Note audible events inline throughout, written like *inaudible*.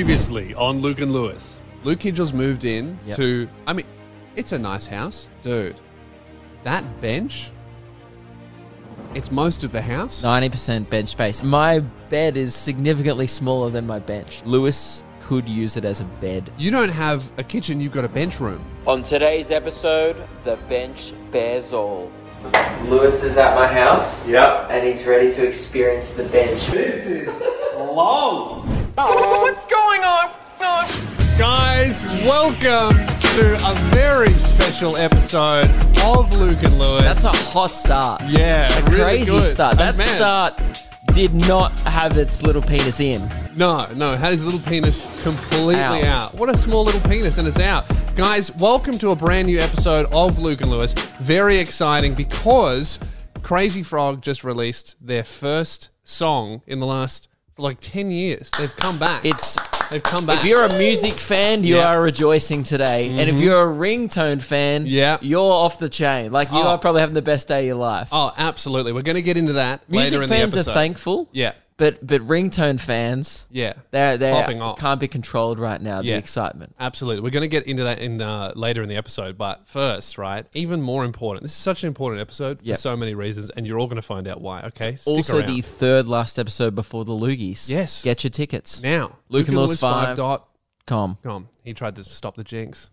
Previously on Luke and Lewis. Luke Kidgel's moved in Yep. to. I mean, it's a nice house, dude. That bench. It's most of the house. Ninety percent bench space. My bed is significantly smaller than my bench. Lewis could use it as a bed. You don't have a kitchen. You've got a bench room. On today's episode, the bench bears all. Lewis is at my house. Yep. And he's ready to experience the bench. This is long. Guys, welcome to a very special episode of Luke and Lewis. That's a hot start. yeah, A really crazy good. start. Oh, That man. start did not have its little penis in. No, no, had his little penis completely out. Out. What a small little penis, and it's out. Guys, welcome to a brand new episode of Luke and Lewis. Very exciting because Crazy Frog just released their first song in the last for like ten years. They've come back. It's they've come back. if you're a music fan, you Yeah. Mm-hmm. are rejoicing today, and if you're a ringtone fan, Yeah. you're off the chain. Like you Oh. are probably having the best day of your life. oh, absolutely. We're going to get into that Music later in fans the episode. are thankful. yeah, But but ringtone fans, yeah, they're they Popping off. can't be controlled right now. Yeah. The excitement. Absolutely. We're going to get into that in uh, later in the episode, but first, right? Even more important. This is such an important episode Yep. for so many reasons, and you're all going to find out why. Okay. Stick also, around. the third last episode before the Loogies. Yes. get your tickets. now Luke and Lewis five. dot Com. com. He tried to stop the jinx,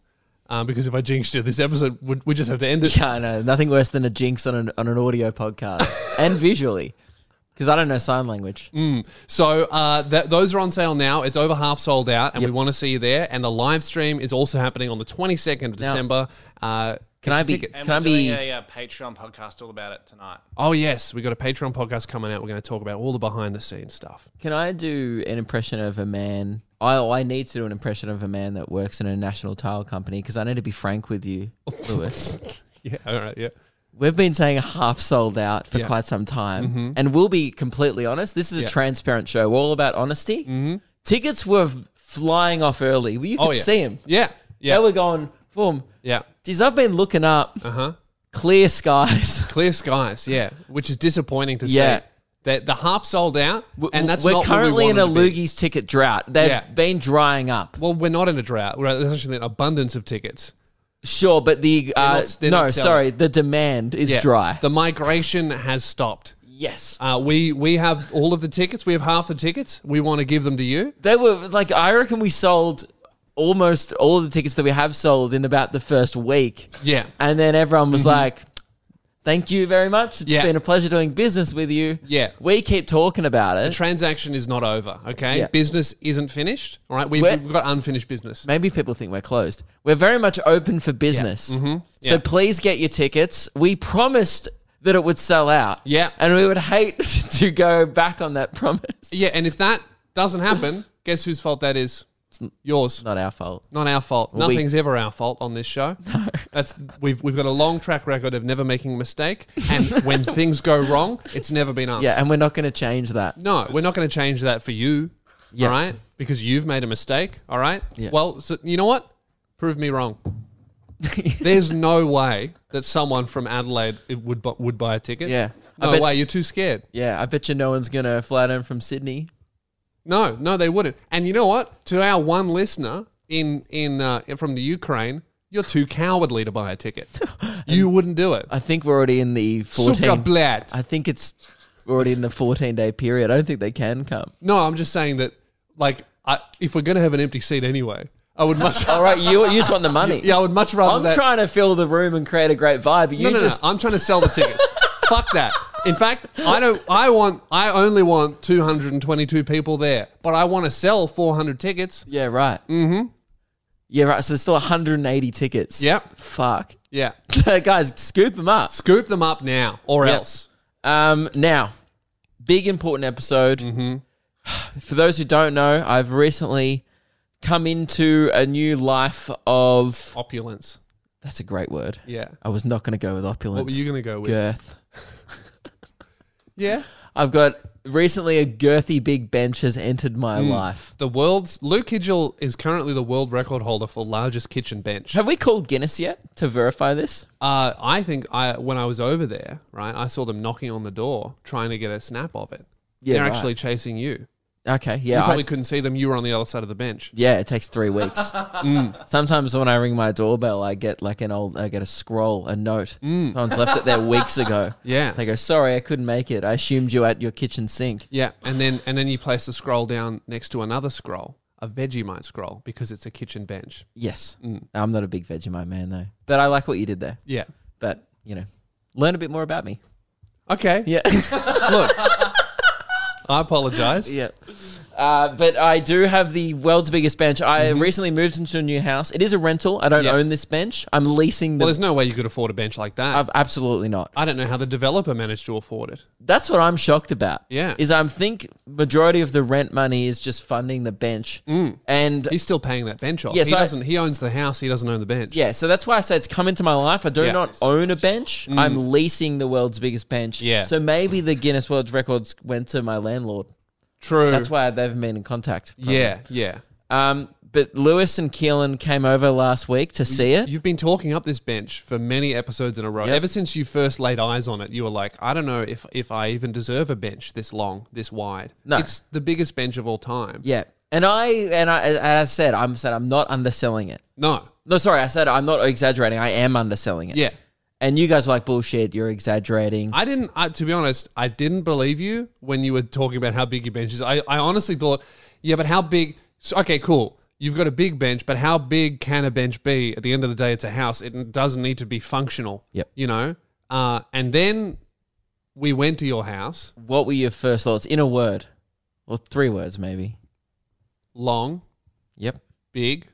um, because if I jinxed it, this episode would we just have to end it. Yeah, I know. Nothing worse than a jinx on an on an *laughs* audio podcast and visually, because I don't know sign language. Mm, So uh, that, those are on sale now. It's over half sold out, and we want to see you there. And the live stream is also happening on the 22nd of Now- December. Uh, Can I be? tickets. And Can I we're doing be? a uh, Patreon podcast all about it tonight. oh yes, we got a Patreon podcast coming out. We're going to talk about all the behind the scenes stuff. *laughs* Can I do an impression of a man? I, I need to do an impression of a man that works in a national tile company because I need to be frank with you, *laughs* Lewis. Yeah. All right. Yeah. We've been saying half sold out for Yeah. Mm-hmm. quite some time, and we'll be completely honest. This is a Yeah. Mm-hmm. transparent show. We're all about honesty. Tickets were f- flying off early. You could Oh yeah. see them. Yeah. They Yeah. were going, boom. Yeah. Geez, I've been looking up Uh huh. clear skies. Clear skies. Yeah. Which is disappointing to Yeah. see. That the half sold out, and that's we're not what we currently in wanted a to be. Loogies ticket drought. They've Yeah. been drying up. Well, we're not in a drought. We're essentially in abundance of tickets. Sure, but the uh, not- they're no, not selling. sorry, the demand is dry. The migration has stopped. yes, Uh, we we have all of the tickets. We have half the tickets. We want to give them to you. they were like I reckon we sold almost all of the tickets that we have sold in about the first week, Yeah. and then everyone was like. Thank you very much. It's Mm-hmm. Yeah. been a pleasure doing business with you. Yeah. We keep talking about it. Transaction is not over. Okay. Yeah. Business isn't finished. All right. We've, We're- we've got unfinished business. Maybe people think we're closed. We're very much open for business. So Mm-hmm. Yeah. please get your tickets. We promised that it would sell out. Yeah. And we would hate *laughs* to go back on that promise. Yeah. And if that doesn't happen, guess whose fault that is? Yours. Not our fault. Not our fault. we- Nothing's ever our fault on this *laughs* show. That's we've we've got a long track record of never making a mistake, *laughs* and when things go wrong, it's never been us. Yeah, and we're not going to change that. No, we're not going to change that for you. Yeah. All right? Because you've made a mistake. All right? Yeah. Well, so, you know what? Prove me *laughs* wrong. There's no way that someone from Adelaide it would bu- would buy a ticket. Yeah. I No bet way. you- You're too scared. Yeah, I bet you no one's going to fly down from Sydney. No, no, they wouldn't. And you know what? To our one listener in in uh, from the Ukraine, you're too cowardly to buy a ticket. *laughs* you wouldn't do it. I think we're already in the Suka 14. blat. I think it's we're already in the 14 day period. I don't think they can come. No, I'm just saying that. Like, I, if we're gonna have an empty seat anyway, I would *laughs* much. *laughs* All right, you, you just want the money. yeah, I would much rather. I'm that, trying to fill the room and create a great vibe. but You No, no, just no. I'm trying to sell the *laughs* tickets. Fuck that. In fact, I don't. I want. I only want 222 people there, but I want to sell 400 tickets. Yeah, right. Mm-hmm. Yeah, right. So there's still 180 tickets. Yep. Fuck. *laughs* Yeah, Guys, scoop them up. scoop them up now, or Yeah. else. Um, now, big important episode. Mm-hmm. *sighs* For those who don't know, I've recently come into a new life of. Opulence. That's a great word. Yeah. I was not going to go with opulence. What were you gonna go with? Girth. Yeah. I've got recently a girthy big bench has entered my Mm. life. The world's Luke Hidgel is currently the world record holder for largest kitchen bench. Have we called Guinness yet to verify this? Uh, I think I when I was over there, right, I saw them knocking on the door trying to get a snap of it. Yeah, They're right. actually chasing you. Okay, You yeah, I- probably couldn't see them. You were on the other side of the bench. yeah. It takes three weeks. *laughs* Mm. Sometimes when I ring my doorbell, I get like an old, I get a scroll, a note. Mm. Someone's left it there weeks ago. *laughs* Yeah. they go, sorry, I couldn't make it. I assumed you at your kitchen sink. Yeah, and then and then you place the scroll down next to another scroll, a Vegemite scroll, because it's a kitchen bench. Yes, Mm. I'm not a big Vegemite man though, but I like what you did there. Yeah. But you know, learn a bit more about me. Okay. *laughs* Yeah. Look, I apologize. Yeah. Uh, but I do have the world's biggest bench. I recently moved into a new house. It is a rental. I don't Yeah. own this bench. I'm leasing the. Well, there's no way you could afford a bench like that. Ab- absolutely not. I don't know how the developer managed to afford it. That's what I'm shocked about. Yeah. Is I'm think majority of the rent money is just funding the bench. And He's still paying that bench off. Yes, he I- doesn't. He owns the house. He doesn't own the bench. yeah, so that's why I say it's come into my life. I do Yeah. Mm. not own a bench. I'm leasing the world's biggest bench. Yeah. So maybe the Guinness World Records went to my landlord. True. That's why they haven't been in contact. Yeah, yeah. Um, but Lewis and Keelan came over last week to see it. You've been talking up this bench for many episodes in a row. Yep. Ever since you first laid eyes on it, you were like, I don't know if, if I even deserve a bench this long, this wide. No. It's the biggest bench of all time. Yeah, and I and I as I said, I'm said I'm not underselling it. No. No, sorry, I said I'm not exaggerating. I am underselling it. Yeah. and you guys are like bullshit. You're exaggerating. I didn't, I, to be honest, I didn't believe you when you were talking about how big your bench is. I, I honestly thought, yeah, but how big? so- okay, cool. You've got a big bench, but how big can a bench be? At the end of the day, it's a house. It doesn't need to be functional. Yep. You know? Uh, and then we went to your house, what were your first thoughts in a word, or three words maybe? long, Yep. big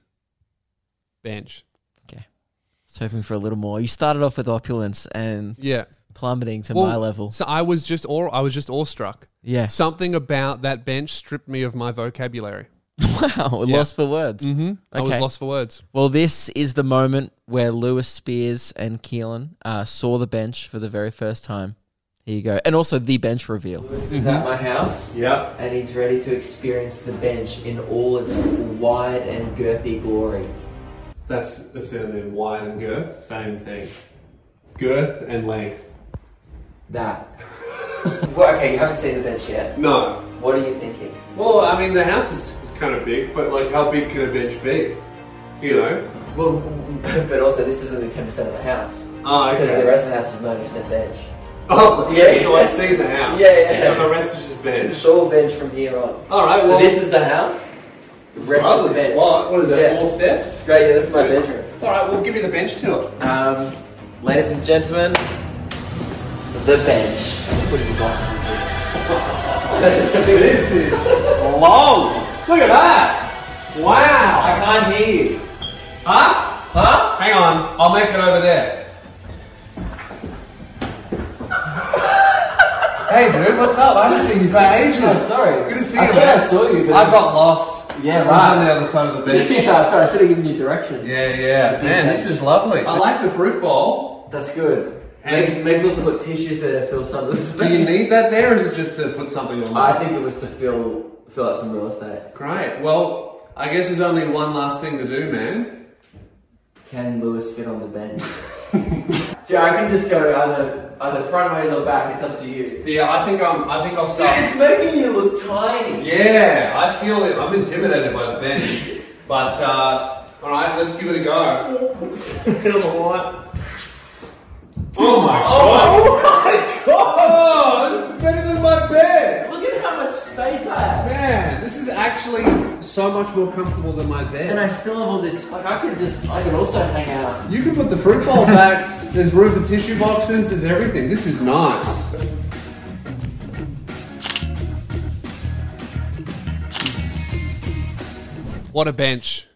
bench. Okay. I was hoping for a little more. You started off with opulence and Yeah. plummeting to Well, my level. So I was just awe, I was just awestruck. Yeah. Something about that bench stripped me of my vocabulary. *laughs* wow. Lost for words. Mm-hmm. I was Okay. lost for words. Well, this is the moment where Lewis Spears and Keelan uh, saw the bench for the very first time. Here you go. And also the bench reveal. Lewis is at my house. Yeah. And he's ready to experience the bench in all its wide and girthy glory. That's a synonym. Wide and girth, same thing. Girth and length. *laughs* That. well, okay, you haven't seen the bench yet. No. What are you thinking? Well, I mean, the house is, is kind of big, but like, how big can a bench be? You know? Well, *laughs* but also this is only 10% of the house. Oh, Because the rest of the house is 90% bench. Oh, Yeah, So I see the house. Yeah, yeah. So the rest is just bench. It's all bench from here on. All right. So Oh, Well, this is the house. The rest is the Lovely bench. spot. What is that? Yeah. Four steps. Great, yeah, this is my bedroom. All right. Well, give me the bench to *laughs* it. Um, ladies and gentlemen, the bench. It is. It is. Long. Look at that! Wow! I can't hear you. Huh? Huh? Hang on, I'll make it over there. hey, dude, what's up? I haven't seen you for ages. sorry. Good to see I you, thought I man. saw you, but I got lost. Yeah, I was right. on the other side of the *laughs* bench. yeah, sorry, I should have given you directions. yeah, yeah. Man, this is lovely. I like the fruit bowl. That's good. And- Meg's, Meg's also put tissues there to fill some of this. Do you need that there, or is it just to put something on? I think it was to fill fill up some real estate. Great. Well, I guess there's only one last thing to do, man. Can Lewis fit on the *laughs* bench? so I can just go either either front ways or back. It's up to you. Yeah, I think I'm. I think I'll start. making you look tiny. Yeah, I feel it. I'm intimidated by the bench. But, uh, alright, let's give it a go. Oh my god! Oh, This is better than my bed! Look at how much space I have. Man, this is actually so much more comfortable than my bed. And I still have all this. Like I could just. I could also hang out. you can put the fruit bowl back, there's room for tissue boxes, there's everything. This is nice. What a bench.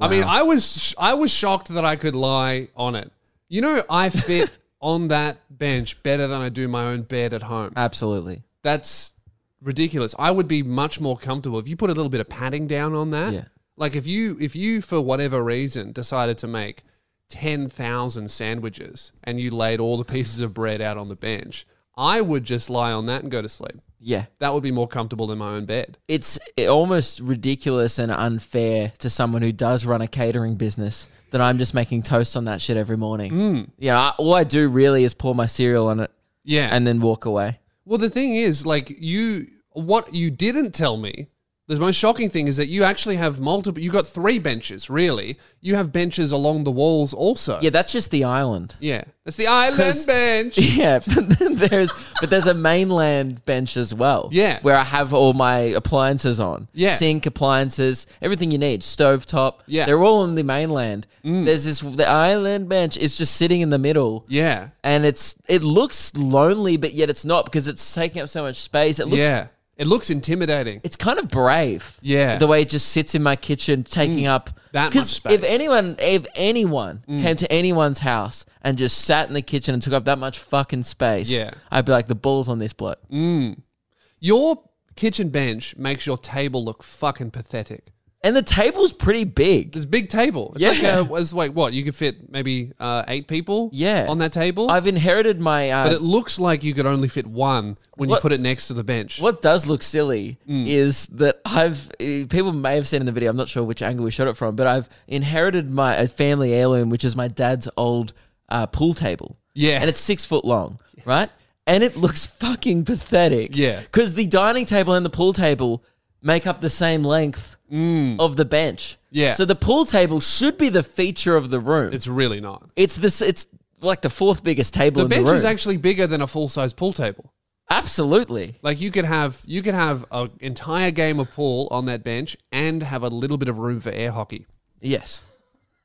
I mean, I was I was shocked that I could lie on it. You know, I fit on that bench better than I do my own bed at home. Absolutely. That's ridiculous. I would be much more comfortable if you put a little bit of padding down on that. Yeah. Like if you if you for whatever reason decided to make 10,000 sandwiches and you laid all the pieces of bread out on the bench, I would just lie on that and go to sleep. Yeah. That would be more comfortable than my own bed. it's almost ridiculous and unfair to someone who does run a catering business that I'm just making toast on that shit every morning. Mm. Yeah, I, all I do really is pour my cereal on it Yeah. and then walk away. Well, the thing is, like you, What you didn't tell me, the most shocking thing is that you actually have multiple. You got three benches, really. You have benches along the walls also. Yeah, that's just the island. yeah. That's the island *laughs* 'Cause- bench. Yeah, but then there's but there's a mainland bench as well. Yeah. where I have all my appliances on. Yeah. sink appliances, everything you need, stove top. Yeah. Mm. they're all on the mainland. There's this the island bench is just sitting in the middle. Yeah. and it's it looks lonely, but yet it's not because it's taking up so much space. It looks yeah. It looks intimidating. it's kind of brave. Yeah. Mm. The way it just sits in my kitchen, taking up that 'cause much space. If Mm. anyone, if anyone came to anyone's house and just sat in the kitchen and took up that much fucking space, Yeah. Mm. I'd be like, the balls on this bloke. Your kitchen bench makes your table look fucking pathetic. And the table's pretty big. This big table. It's Yeah. like a, it's like what you could fit maybe uh, eight people. Yeah. on that table. I've inherited my. Uh, but it looks like you could only fit one when you What- put it next to the bench. What does look silly Mm. is that I've eh, people may have seen in the video. I'm not sure which angle we shot it from, but I've inherited my a family heirloom, which is my dad's old uh, pool table. Yeah. and it's six foot long, right? And it looks fucking pathetic. Yeah. because the dining table and the pool table make up the same length of the Mm. bench. Yeah. so the pool table should be the feature of the room. It's It's really not. it's this it's like the fourth biggest table The in bench the room. is actually bigger than a full size pool table. Absolutely. Like you could have you could have an entire game of pool on that bench and have a little bit of room for air hockey. Yes.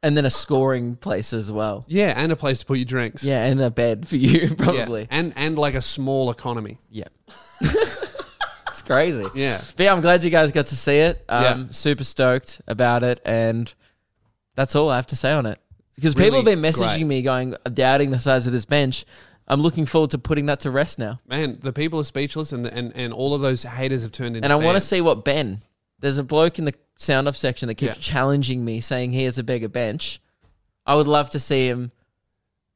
And then a scoring place as well. Yeah, and a place to put your drinks. Yeah, and a bed for you, *laughs* Yeah. probably. and and like a small economy. Yeah. *laughs* it's crazy. Yeah. But yeah, I'm glad you guys got to see it. Um, Yeah. Super stoked about it. And that's all I have to say on it. Because people have Really been messaging great. me going, doubting the size of this bench. I'm looking forward to putting that to rest now. Man, the people are speechless, and and and all of those haters have turned into. And I want to fans. see what Ben, there's a bloke in the sound off section that keeps Yeah. challenging me saying he has a bigger bench. I would love to see him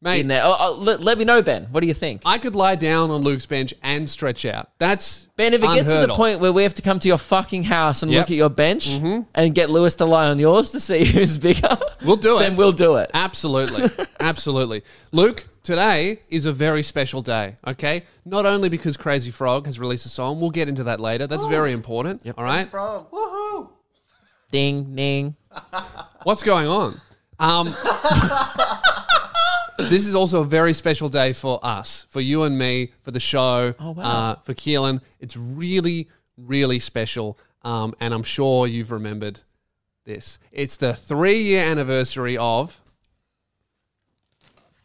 mate. in there. Oh, oh, let, let me know, Ben. What do you think? I could lie down on Luke's bench and stretch out. That's Ben, if it gets to unheard the of. point where we have to come to your fucking house and Yep. Mm-hmm. look at your bench and get Lewis to lie on yours to see who's bigger, We'll *laughs* do it. Then we'll do it. Absolutely. *laughs* Absolutely. Luke, today is a very special day, okay? Not only because Crazy Frog has released a song, we'll get into that later. That's Oh. very important. All right? Frog. Woohoo! Ding, ding. What's going on? Um, *laughs* this is also a very special day for us, for you and me, for the show, wow. uh, for Keelan. It's really, really special. Um, and I'm sure you've remembered this. It's the three year anniversary of.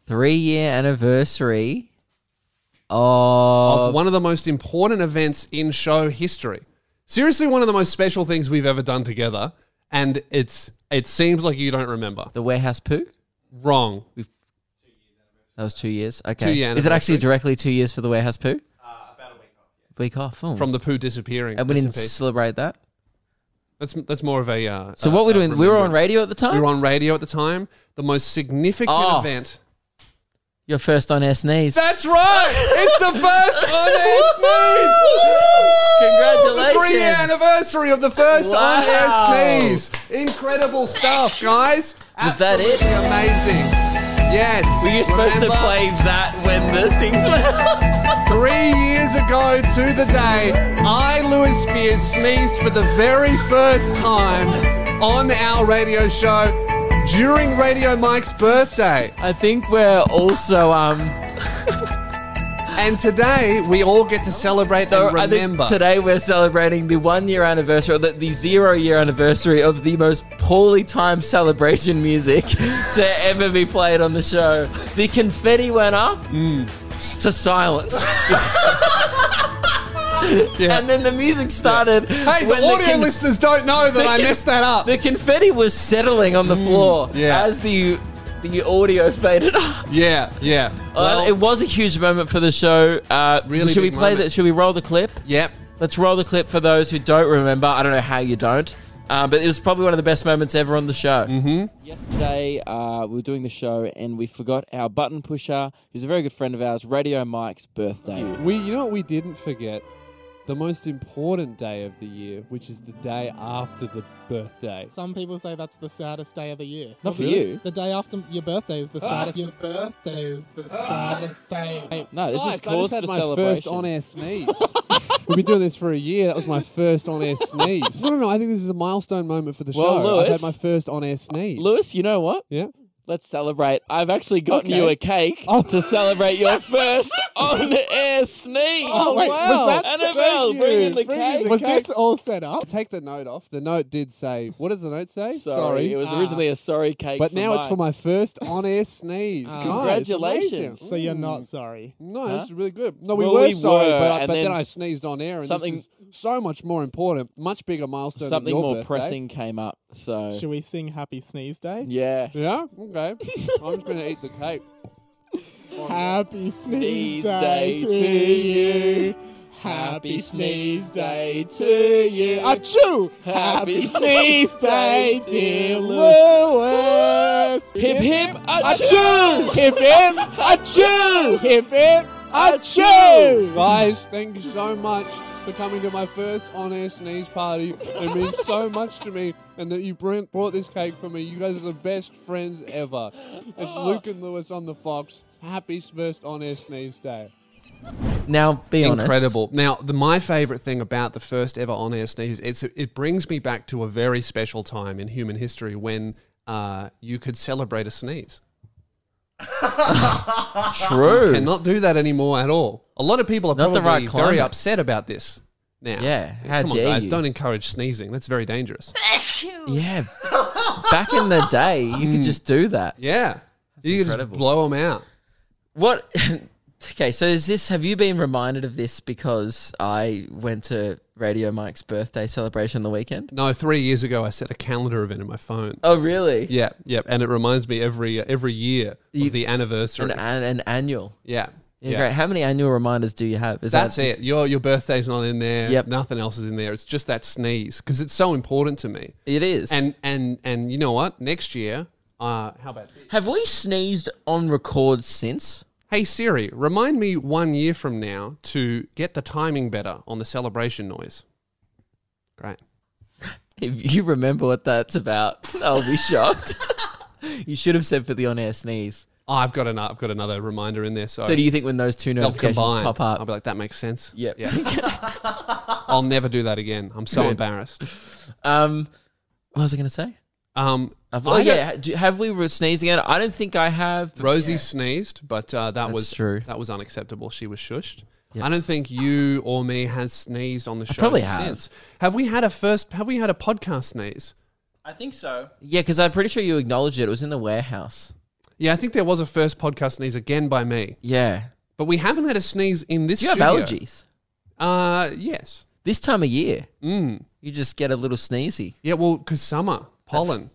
Three year anniversary of. of one of the most important events in show history. Seriously, one of the most special things we've ever done together, and it's it seems like you don't remember. the warehouse poo? Wrong. That was two years. Okay. Two-year Is it actually anniversary. directly two years for the warehouse poo? Uh, about a week off. Week off. Oh. From the poo disappearing. and we didn't Rest in peace. celebrate that. That's that's more of a. Uh, So uh, what we're uh, doing? We were on remembrance. radio at the time. We were on radio at the time. The most significant Oh. event. Your first on S knees. *laughs* That's right. *laughs* it's the first on air sneeze. Congratulations. The three year anniversary of the first Wow. on air sneeze. Incredible stuff, guys. Was that it? Absolutely Amazing. Yes. Were you supposed Remember, to play that when the things were? *laughs* Three years ago to the day, I, Lewis Spears, sneezed for the very first time on our radio show during Radio Mike's birthday. I think we're also um. And today, we all get to celebrate though and I remember. think today we're celebrating the one year anniversary, or the, the zero year anniversary of the most poorly timed celebration music *laughs* to ever be played on the show. The confetti went up Hmm. s- to silence. *laughs* *laughs* Yeah. And then the music started. Hey, the when audio con- listeners don't know that the I con- messed that up. The confetti was settling on the floor Hmm, yeah. as the the audio faded *laughs* up. yeah, yeah. Uh, it was a huge moment for the show. Uh, Really should we big play moment. that? Should we roll the clip? yep. Let's roll the clip for those who don't remember. I don't know how you don't, uh, but it was probably one of the best moments ever on the show. Mm-hmm. Yesterday, uh, we were doing the show and we forgot our button pusher, who's a very good friend of ours, Radio Mike's birthday. We, you know what we didn't forget? The most important day of the year, which is the day after the birthday. Some people say that's the saddest day of the year. Not for you. The day after your birthday is the saddest. Your birthday is the saddest day. No, this Guys, is I cause for just had my celebration. first on-air sneeze. We've been doing this for a year. That was my first on air sneeze. No, no, no. I think this is a milestone moment for the Well, show. I've had Lewis- my first on air sneeze. Lewis, you know what? Yeah. Let's celebrate. I've actually gotten Okay. you a cake Oh. to celebrate *laughs* your first on-air sneeze. Oh, wait, was wow. that Annabelle, so- bring in the Bring in cake. the Was cake. this all set up? Take the note off. The note did say, what does the note say? sorry, it was originally a sorry cake. Ah. But now it's for mine. my first *laughs* on air sneeze. Ah. Guys, Oh, Congratulations. amazing. So you're Mm. not sorry. No, Huh? this is really good. No, we Well, were we sorry, were, but, I, and but then, then I sneezed on air, and something- something so much more important, much bigger milestone. than something your more birthday. pressing came up. So eh? Should we sing Happy Sneeze Day? yes, Yeah. Okay. I'm just gonna eat the cake. Happy Sneeze Sneeze Day, day to to you. you. Happy Happy Sneeze sneeze Day day to to you. you. Achoo! Happy Happy sneeze Sneeze Day, day, dear dear Lewis. Hip hip Achoo! Hip hip! Achoo! Hip hip! *laughs* Achoo! Guys, thank you so much for coming to my first on air sneeze party. It means *laughs* so much to me, and that you bring- brought this cake for me. You guys are the best friends ever. It's Oh. Luke and Lewis on the Fox. Happy first on air sneeze day. Now be Incredible. Now, the, my favorite thing about the first ever on air sneeze, it's, it brings me back to a very special time in human history when uh, you could celebrate a sneeze. True. Cannot do that anymore at all. A lot of people are Not probably the right very climate. upset about this now. Yeah, how Come dare on, guys, you. don't encourage sneezing. That's very dangerous. Yeah. Back in the day, you could just do that. Yeah. you could just incredible. blow them out. What? *laughs* okay, so is this? Have you been reminded of this because I went to Radio Mike's birthday celebration the weekend? No, three years ago, I set a calendar event in my phone. Oh, really? Yeah, yeah, and it reminds me every every year of the anniversary. An, an, an annual. yeah, Yeah, yeah. Great. How many annual reminders do you have? Is That's that, it. Your your birthday's not in there. Yep. Nothing else is in there. It's just that sneeze because it's so important to me. It is. And and and you know what? Next year, uh, how about? this? have we sneezed on record since? Hey Siri, remind me one year from now to get the timing better on the celebration noise. Great. If you remember what that's about, *laughs* I'll be shocked. you should have said for the on-air sneeze. Oh, I've got another. I've got another reminder in there. So, So do you think when those two they'll notifications combine. pop I'll up? be like, that makes sense. Yep. Yeah. I'll never do that again. I'm so embarrassed. *laughs* Um, what was I going to say? Um, I've- I oh don't- yeah, ha- do- have we re- sneezed again? I don't think I have. *laughs* Rosie sneezed, but uh, that was true. That was unacceptable. She was shushed. I don't think you or me has sneezed on the show probably have. since. Have. we had a first? Have we had a podcast sneeze? I think so. Yeah, because I'm pretty sure you acknowledged it. It was in the warehouse. Yeah, I think there was a first podcast sneeze again by me, Yeah. but we haven't had a sneeze in this. Do you have studio. allergies? Uh, yes. This time of year, Mm. you just get a little sneezy. Yeah, well, because summer pollen.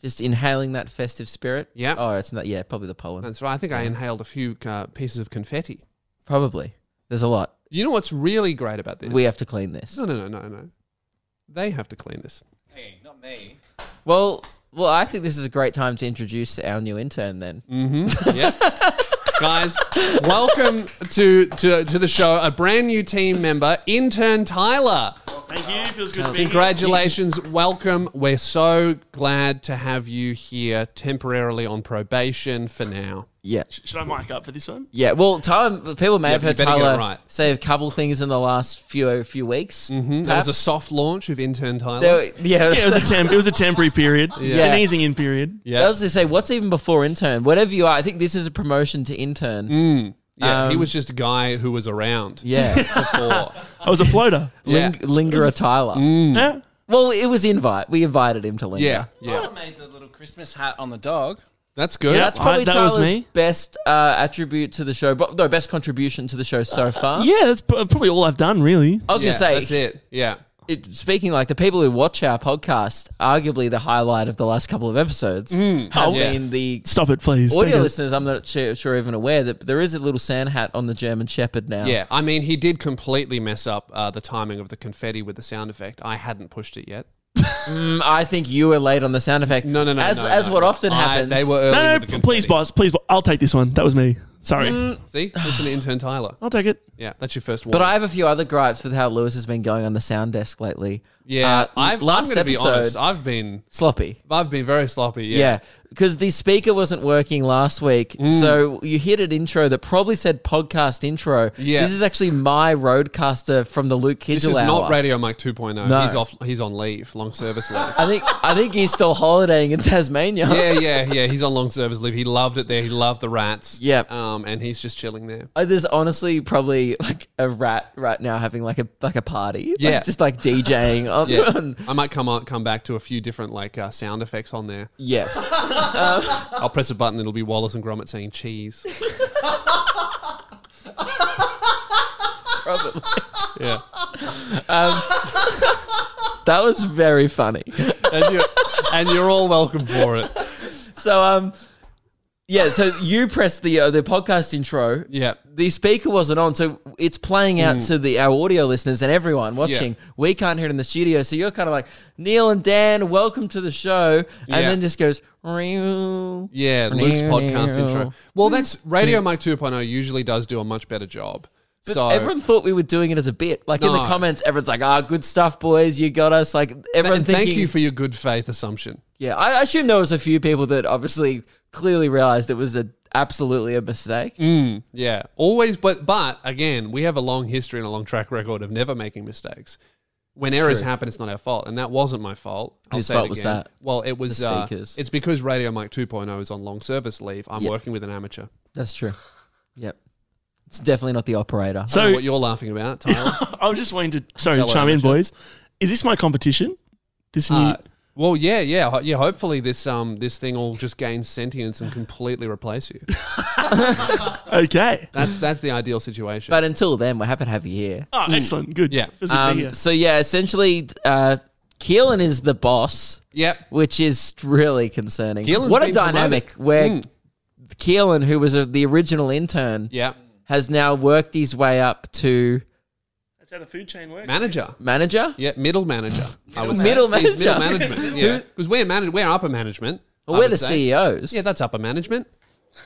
Just inhaling that festive spirit. Yep. Oh, it's not. Yeah, probably the pollen. That's right. I think I inhaled a few uh, pieces of confetti. Probably. There's a lot. You know what's really great about this? We have to clean this. no, no, no, no, no. They have to clean this. Hey, not me. Well, well, I think this is a great time to introduce our new intern. Then Mm. *laughs* Yeah. Guys, welcome to, to to the show. A brand new team member, intern Tyler. Thank you. Feels good to be here. Congratulations, welcome. We're so glad to have you here temporarily on probation for now. yeah, Should I mic up for this one? yeah. Well, Tyler, people may have you heard better get it Tyler right. say a couple things in the last few few weeks. Mm-hmm. Hmm? That was a soft launch of intern Tyler. *laughs* yeah, Yeah, it *laughs* was a temp. It was a temporary period. Yeah. An easing in period. yeah, I was going to say, what's even before intern? Whatever you are, I think this is a promotion to intern. Mm. yeah, he um, was just a guy who was around *laughs* Yeah. before. I was a floater. Ling- Linger a Tyler. Yeah. Well, it was invite. We invited him to linger. Mm. yeah, yeah. made the little Christmas hat on the dog. That's good. Yeah. Oh. That's probably Alright, that was Tyler's me. best uh, attribute to the show, but no, best contribution to the show so far. Yeah, that's p- probably all I've done, really. I was Uh, Yeah, going to that's say, Oh. it. Yeah. it, speaking like the people who watch our podcast, arguably the highlight of the last couple of episodes have Mm. yeah. been the Stop it, please. Don't audio do it. listeners. I'm not sure, sure even aware that there is a little sand hat on the German Shepherd now. Yeah, I mean, he did completely mess up uh, the timing of the confetti with the sound effect. I hadn't pushed it yet. Mm, I think you were late on the sound effect. No, no, no. As no, as no. what often I- happens, they were early. No, with the no, p- please, confetti. boss. Please, boss. I'll take this one. That was me. Sorry. See, listen to intern Tyler. I'll take it. Yeah, that's your first one. But I have a few other gripes with how Lewis has been going on the sound desk lately. yeah, Uh, I've, last I'm going to be episode- honest. I've been, Sloppy. I've been very sloppy. Yeah. Yeah, because the speaker wasn't working last week, Mm. so you hit an intro that probably said podcast intro. Yeah. this is actually my roadcaster from the Luke Kidgel This is hour. not Radio Mike 2.0. No. He's off. He's on leave, long service leave. *laughs* I think I think he's still holidaying in Tasmania. *laughs* yeah, yeah, yeah. He's on long service leave. He loved it there. He loved the rats. Yep. Um, and he's just chilling *laughs* there. Uh, There's honestly probably like a rat right now having like a like a party, Like, Yeah. just like DJing. on- Yeah. on- I might come on, come back to a few different like uh, sound effects on there. *laughs* yes. I'll press a button. It'll be Wallace and Gromit saying cheese. *laughs* Probably. Yeah. Um, That was very funny. And you're, and you're all welcome for it. So um, yeah. So you pressed the uh, the podcast intro. Yeah. The speaker wasn't on, so it's playing out Hmm. to the our audio listeners and everyone watching. We can't hear it in the studio, so you're kind of like Neil and Dan, welcome to the show, and Yeah. then just goes. "Meow." Yeah, Luke's Meow. podcast intro. Well, that's Hmm. Radio Mike 2.0 usually does do a much better job. so everyone thought we were doing it as a bit. Like in the No. comments, everyone's like, "Ah, good stuff, boys. You got us." Like everyone and thinking, thank you for your good faith assumption. yeah, I I assume there was a few people that obviously clearly realized it was a absolutely a mistake. Mm. Yeah, always. But but again, we have a long history and a long track record of never making mistakes. When errors true. happen, it's not our fault, and that wasn't my fault. I'll Whose say fault it was again. that? Well, it was. The uh, speakers. it's because Radio Mike 2.0 is on long service leave. I'm Yeah. working with an amateur. That's true. Yep, it's definitely not the operator. I don't know So what you're laughing *laughs* about, Tyler? *laughs* I was just wanting to sorry Hello, chime in, amateur. boys. Is this my competition? This new Uh, well, yeah, yeah, ho- yeah. Hopefully, this um this thing will just gain sentience and completely replace you. okay. That's that's the ideal situation. but until then, we're happy to have you here. Oh, excellent. Good. mm. Yeah. Feels good to Um, hear. So yeah, essentially, uh, Keelan is the boss, yep. which is really concerning. Keelan's what a been dynamic promoted. where Mm. Keelan, who was a, the original intern, Yeah. has now worked his way up to That's how the food chain works. Manager. manager. Yeah, middle manager. I would say. Middle He's Middle manager. *laughs* management. Yeah, because we're manage- we're upper management. Well, I we're would the E say. CEOs. Yeah, that's upper management.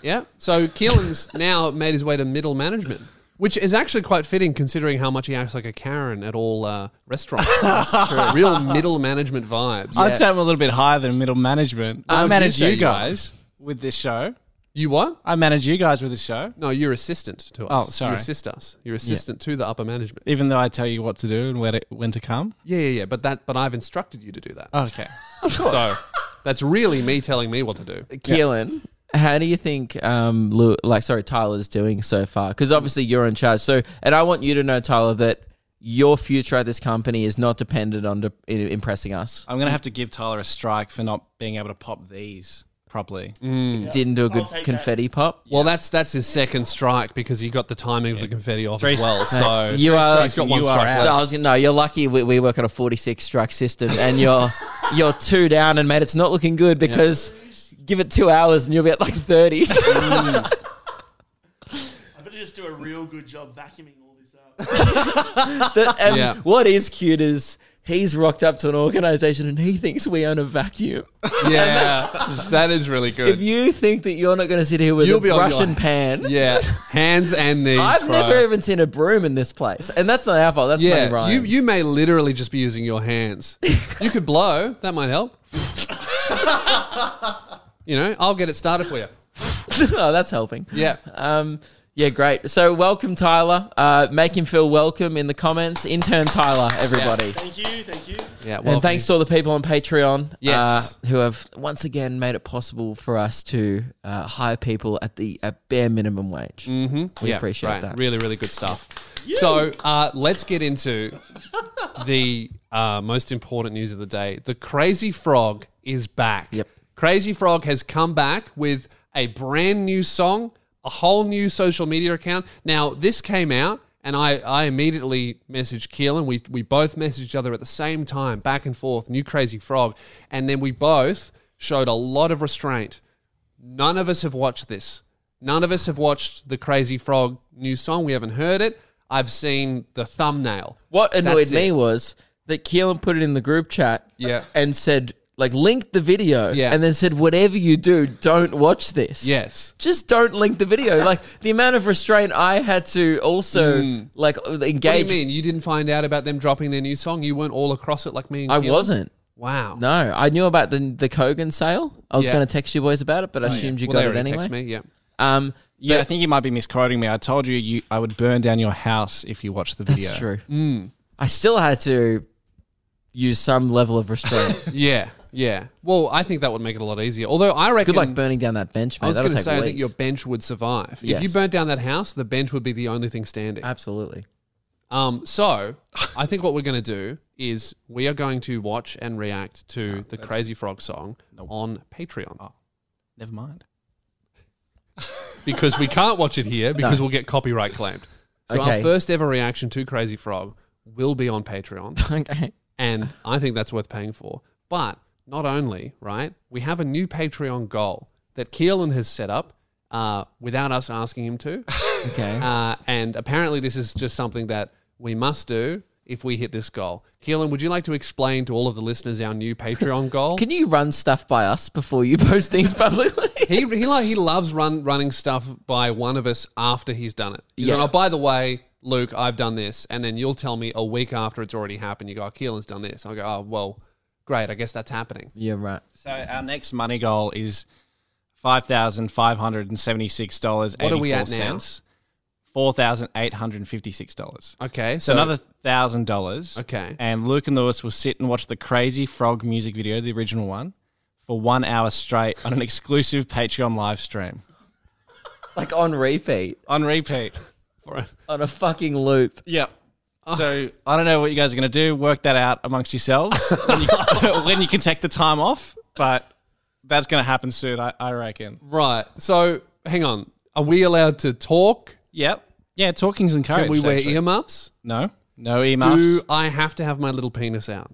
Yeah. So Keelan's now made his way to middle management, which is actually quite fitting considering how much he acts like a Karen at all uh, *laughs* restaurants. that's true. Real middle management vibes. I'd say I'm a little bit higher than middle management. Oh, I you manage say Um, you you are. guys with this show. You what? I manage you guys with this show, No, you're assistant to us. Oh, sorry. You assist us. You're assistant to the upper management. even though I tell you what to do and where to, when to come. Oh, Yeah, yeah, yeah. But that, but I've instructed you to do that. Okay. so that's really me telling me what to do. Keelan, how do you think, um, Lew- like, sorry, Tyler's doing so far? Because obviously you're in charge. So, and I want you to know, Tyler, that your future at this company is not dependent on de- i- impressing us. *laughs* I'm going to have to give Tyler a strike for not being able to pop these properly. Didn't do a good confetti pop. Well, that's that's his second strike because he got the timing of the confetti off as well. So You are. he's got one you are strike out. left. No, I was, no, you're lucky we, we work on a 46 strike system and you're *laughs* you're two down, and mate, it's not looking good because give it two hours and you'll be at like *laughs* 30s. I better just do a real good job vacuuming all this *laughs* up. The- and Yeah. what is cute is he's rocked up to an organization and he thinks we own a vacuum. *laughs* Yeah, that is really if good. you think that you're not going to sit here with You'll a be on brush your- and pan, yeah, hands and knees. *laughs* I've bro. never even seen a broom in this place, and that's not our fault. That's money, Yeah, Ryan. you you may literally just be using your hands. you could blow. That might *laughs* help. you know, I'll get it started for you. *laughs* oh, that's helping. Yeah, Um, yeah, great. So welcome, Tyler. Uh, make him feel welcome in the comments. Intern Tyler, everybody. Thank you. Thank you. yeah. Well, And thanks to all the people on Patreon Yes. uh, who have once again made it possible for us to uh, hire people at the at bare minimum wage. Mm-hmm. We Yeah, appreciate right. that. Really, really good stuff. So uh, let's get into the uh, most important news of the day. The Crazy Frog is back. Yep. Crazy Frog has come back with a brand new song, a whole new social media account. Now, this came out, and I, I immediately messaged Keelan. We, we both messaged each other at the same time, back and forth, new Crazy Frog. And then we both showed a lot of restraint. None of us have watched this. None of us have watched the Crazy Frog new song. We haven't heard it. I've seen the thumbnail. What annoyed That's me it. was that Keelan put it in the group chat Yeah. and said, like linked the video Yeah. and then said, whatever you do, don't watch this. Yes. Just don't link *laughs* the video. Like the amount of restraint I had to also like Mm. uh, What do you engage. mean? You didn't find out about them dropping their new song? You weren't all across it like me and I Keelan? wasn't. Wow. No, I knew about the the Kogan sale. I was Yeah. Oh, going to text you boys about it, but I assumed you Well, they got it already text anyway. me. Yeah. Um, Yeah, but- I think you might be misquoting me. I told you, you I would burn down your house if you watched the video. That's true. Mm. I still had to use some level *laughs* of restraint. Yeah. Yeah. Well, I think that would make it a lot easier. Although I reckon. Good luck burning down that bench, mate. I was That'll going to take say, I think weeks. your bench would survive. If you Yes. burnt down that house, the bench would be the only thing standing. Absolutely. *laughs* Um, so I think what we're going to do is we are going to watch and react to the Crazy Frog song on Patreon Never mind. because we can't watch it here because we'll get copyright claimed. So our Okay. first ever reaction to Crazy Frog will be on Patreon, *laughs* Okay. and I think that's worth paying for. But not only right, we have a new Patreon goal that Keelan has set up uh, without us asking him to. Okay. Uh, and apparently, this is just something that we must do if we hit this goal. Keelan, would you like to explain to all of the listeners our new *laughs* Patreon goal? Can you run stuff by us before you *laughs* post things publicly? he he like he loves run running stuff by one of us after he's done it. He's Yeah. like, oh, by the way, Luke, I've done this, and then you'll tell me a week after it's already happened. You go, oh, Keelan's done this. I go, oh well, great. I guess that's happening. yeah, right. So our next money goal is five thousand five hundred and seventy-six dollars. What are we at now? Four thousand eight hundred and fifty-six dollars. Okay, So another thousand dollars. Okay. And Luke and Lewis will sit and watch the Crazy Frog music video, the original one, for one hour straight on an exclusive Patreon live stream *laughs* Like on repeat, *laughs* on repeat. on a fucking *laughs* loop. Yep. So I don't know what you guys are going to do. Work that out *laughs* amongst yourselves when you, *laughs* when you can take the time off, but that's going to happen soon, I, I reckon. right. So hang on, are we allowed to talk? Yep. Yeah, talking's encouraged. Can we wear actually. earmuffs? No, no earmuffs. Do I have to have my little penis out?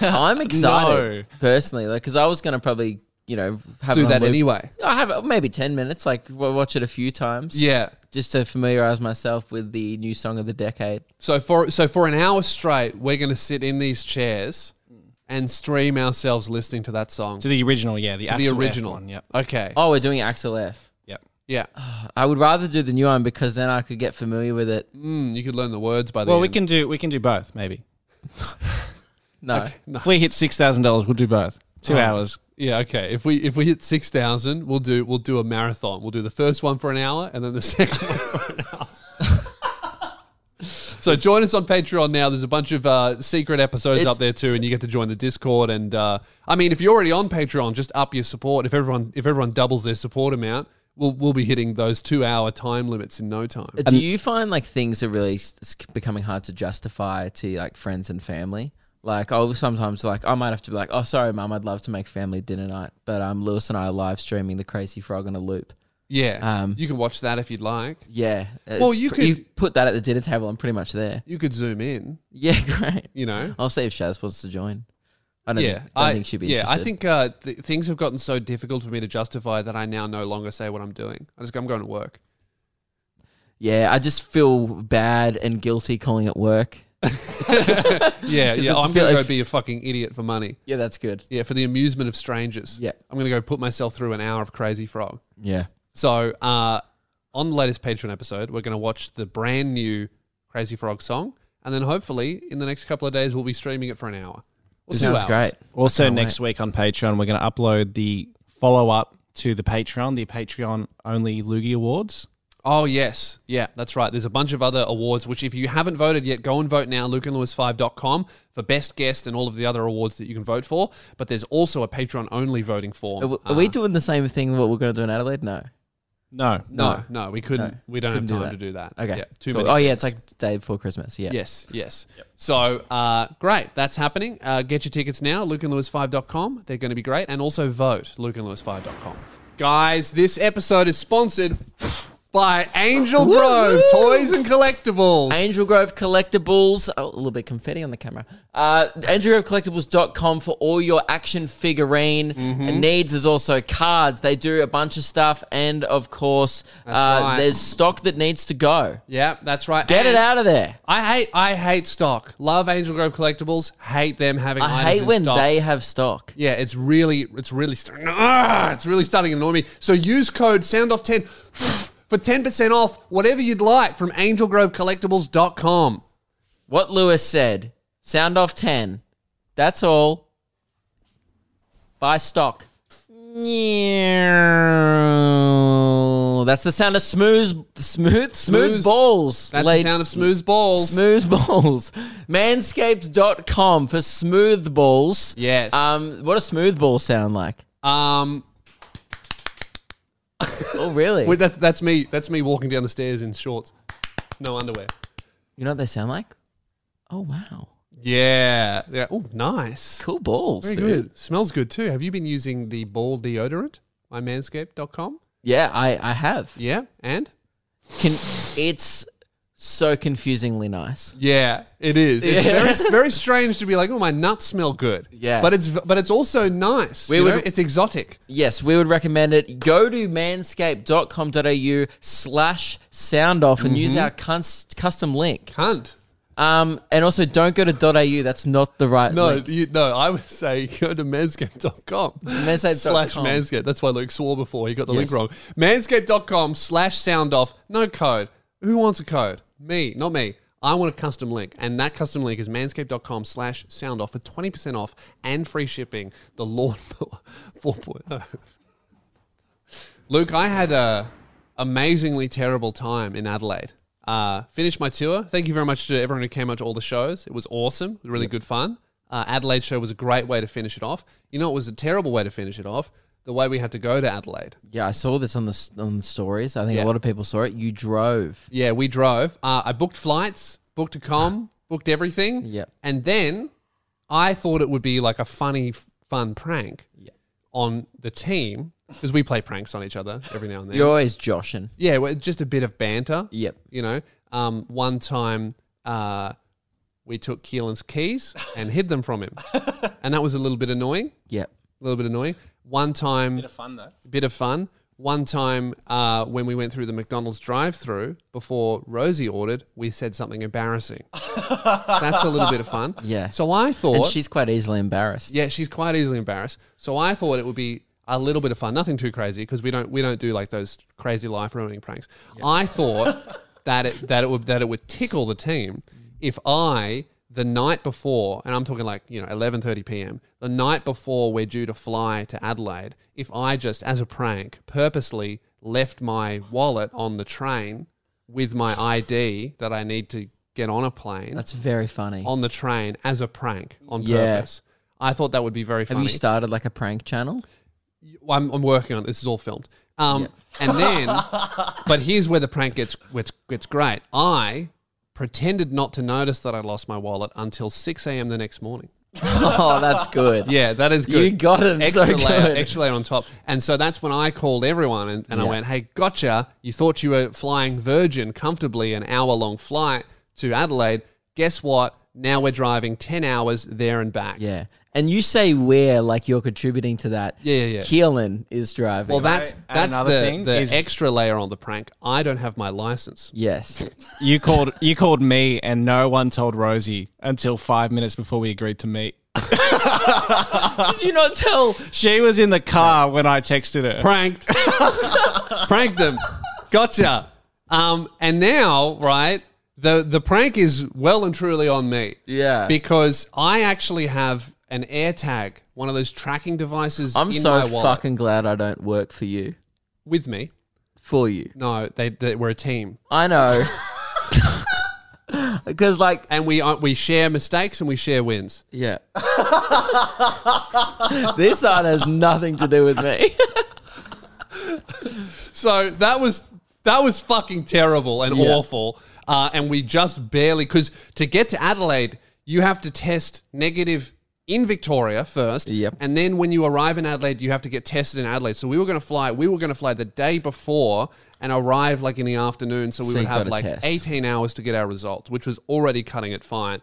I'm excited personally, like because I was gonna probably, you know, have it Do on that loop. anyway. I have it maybe ten minutes, like w- watch it a few times, Yeah. just to familiarize myself with the new song of the decade. So for so for an hour straight, we're going to sit in these chairs and stream ourselves listening to that song, to the original, yeah, Oh. the, the actual F original. one. Yep. Okay. Oh, we're doing Axel F. Yep. Yeah. I would rather do the new one because then I could get familiar with it. Mm, you could learn the words by the Well, end. we can do we can do both. Maybe No, if we hit six thousand dollars, we'll do both. Two hours. Yeah. Okay. If we if we hit six thousand, we'll do we'll do a marathon. We'll do the first one for an hour and then the *laughs* second one for an *laughs* hour. So join us on Patreon now. There's a bunch of uh, secret episodes It's- up there too, and you get to join the Discord. And uh, I mean, if you're already on Patreon, just up your support. If everyone if everyone doubles their support amount, we'll we'll be hitting those two hour time limits in no time. Do you find like things are really s- s- becoming hard to justify to like friends and family? Like I'll sometimes like I might have to be like, oh sorry, mum, I'd love to make family dinner night, but um, Lewis and I are live streaming the Crazy Frog on a loop. Yeah, um, you can watch that if you'd like. Yeah. Well, it's you pre- you could- put that at the dinner table. I'm pretty much there. *laughs* You could zoom in. Yeah, great. You know, I'll see if Shaz wants to join. I don't, yeah, think, I don't think she'd be yeah, interested. I think uh, th- things have gotten so difficult for me to justify that I now no longer say what I'm doing. I just go, I'm going to *laughs* work. Yeah, I just feel bad and guilty calling it work. Yeah, yeah, it's I'm going a bit to like- go be a fucking idiot for money. Yeah, that's good. Yeah, for the amusement of strangers. Yeah. I'm going to go put myself through an hour of Crazy Frog. Yeah. So, uh, on the latest Patreon episode, we're going to watch the brand new Crazy Frog song, and then hopefully in the next couple of days we'll be streaming it for an hour. Or two Sounds hours. great. Also, can't next week on Patreon, we're going to upload the follow up to the Patreon, the Patreon only Loogie Awards. Oh yes, yeah, that's right. There's a bunch of other awards which, if you haven't voted yet, go and vote now. LukeandLewis5.com for best guest and all of the other awards that you can vote for. But there's also a Patreon only voting form. Uh, Uh, Are, we- are we doing the same thing what we're going to do in Adelaide? No. No, no, no, we couldn't. No, we don't have couldn't do time that. to do that. Okay. yeah, too cool. many. Oh, yeah, it's guests. like day before Christmas. Yeah. yes, yes. So uh, great, that's happening. Uh, get your tickets now. LukeandLewis5.com. They're going to be great, and also vote LukeandLewis5.com. Guys, this episode is sponsored by Angel Grove Toys and Collectibles. Angel Grove Collectibles. Oh, a little bit confetti on the camera. Uh, AngelGroveCollectibles.com for all your action figurine Mm-hmm. needs. There's also cards. They do a bunch of stuff. And of course, uh, right. there's stock that needs to go. yeah, that's right. Get it And out of there. I hate I hate stock. Love Angel Grove Collectibles. Hate them having. I items hate in when stock. they have stock. Yeah, it's really, it's really starting. Ah, it's really starting to annoy me. So use code SoundOff10 *sighs* for ten percent off whatever you'd like from AngelGroveCollectibles.com. What Lewis said. Sound off 10. That's all. Buy stock. That's the sound of smooth, smooth, smooth, Smooth. balls. That's lad- the sound of smooth balls. Smooth balls. Manscaped.com for smooth balls. Yes. Um, what do smooth balls *gasps* sound like? Um, Oh, really? wait, that's that's me. That's me walking down the stairs in shorts, no underwear. you know what they sound like? Oh, wow. Yeah. Yeah. Oh, nice. Cool balls, Very dude. good. Smells good too. Have you been using the ball deodorant by Manscaped.com? Yeah, I, I have. Yeah. And Can, it's so confusingly nice. Yeah, it is. It's Yeah. *laughs* very, very strange to be like, oh, my nuts smell good. Yeah. but it's but it's also nice. We you would- know? It's exotic. Yes, we would recommend it. Go to manscaped.com.au slash sound off and use Mm-hmm. our cus- custom link. Cunt. Um, and also don't go to .au. That's not the right No, link. you, no. I would say *laughs* go to manscaped.com. Manscaped dot slash com. manscaped. That's why Luke swore before. He got the Yes. link wrong. Manscaped.com slash sound off. No code. Who wants a code? Me, not me. I want a custom link. And that custom link is manscaped.com slash sound off for 20% off and free shipping. The *laughs* lawnmower 4.0. Luke, I had a amazingly terrible time in Adelaide. Uh, finished my tour. Thank you very much to everyone who came out to all the shows. It was awesome, really good fun. Uh, Adelaide show was a great way to finish it off. You know, it was a terrible way to finish it off. The way we had to go to Adelaide. Yeah, I saw this on the s- on the stories. I think Yeah. a lot of people saw it. You drove. Yeah, we drove. Uh, I booked flights, booked a com, booked everything. Yep. And then I thought it would be like a funny, f- fun prank on the team because we play pranks on each other every now and then. You're always joshing. Yeah, well, just a bit of banter. Yep. You know, um, one time uh, we took Keelan's keys and hid them *laughs* from him, and that was a little bit annoying. Yep. A little bit annoying. One time, of fun though. bit of fun. One time uh, when we went through the McDonald's drive-through before Rosie ordered, we said something *laughs* embarrassing. That's a little bit of fun. Yeah. So I thought And she's quite easily embarrassed. yeah, she's quite easily embarrassed. So I thought it would be a little bit of fun, nothing too crazy, because we don't we don't do like those crazy life ruining pranks. I thought that it that it would that it would tickle the team if I the night before, and I'm talking like you know 11:30 p.m. the night before we're due to fly to Adelaide, if I just as a prank purposely left my wallet on the train with my ID that I need to get on a plane That's very funny. on the train as a prank on Yeah. purpose. I thought that would be very Have funny. you started like a *laughs* prank channel? Well, I'm, I'm working on it. This is all filmed. Um, And then, *laughs* but here's where the prank gets, gets, gets great. I pretended not to notice that I lost my wallet until 6 a.m. the next morning. oh, that's good. Yeah, that is good. You got him so Extra layer, good. extra layer on top. And so that's when I called everyone and, and I Yeah. went, "Hey, gotcha! You thought you were flying Virgin comfortably an hour long flight to Adelaide. Guess what? Now we're driving ten hours there and back. Yeah. And you say where like you're contributing to that. Yeah, yeah, yeah. Keelan is driving. Well, that's Right. And that's the, another thing the is- extra layer on the prank. I don't have my license. *laughs* yes. *laughs* You called you called me, and no one told Rosie until five minutes before we agreed to meet. Did you not tell? She was in the car when I texted her. Pranked, *laughs* pranked them. Gotcha. Um, and now, right, the the prank is well and truly on me. Yeah. because I actually have an AirTag, one of those tracking devices. I'm in my so wallet fucking glad I don't work for you. with me. For you. No, they, they we're a team, I know. *laughs* Because like and we uh, we share mistakes and we share wins. Yeah. *laughs* this art has nothing to do with me. So that was that was fucking terrible and Yeah. awful. Uh, and we just barely because to get to Adelaide, you have to test negative in Victoria first. Yep. And then when you arrive in Adelaide, you have to get tested in Adelaide. So we were going to fly. We were going to fly the day before and arrive like in the afternoon. So we So would you got have a like test. 18 hours to get our results, which was already cutting it fine.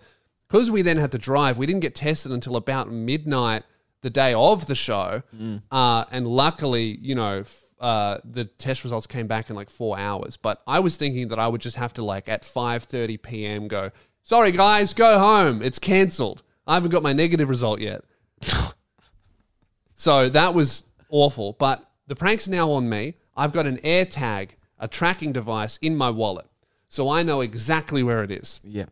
Because we then had to drive, we didn't get tested until about midnight the day of the show. Mm. Uh, and luckily, you know, f- uh, the test results came back in like four hours. But I was thinking that I would just have to like at 5.30 p.m. go, sorry guys, go home. It's cancelled. I haven't got my negative result yet. So that was awful. But the prank's now on me. I've got an air tag, a tracking device in my wallet. So I know exactly where it is. *laughs* Yeah.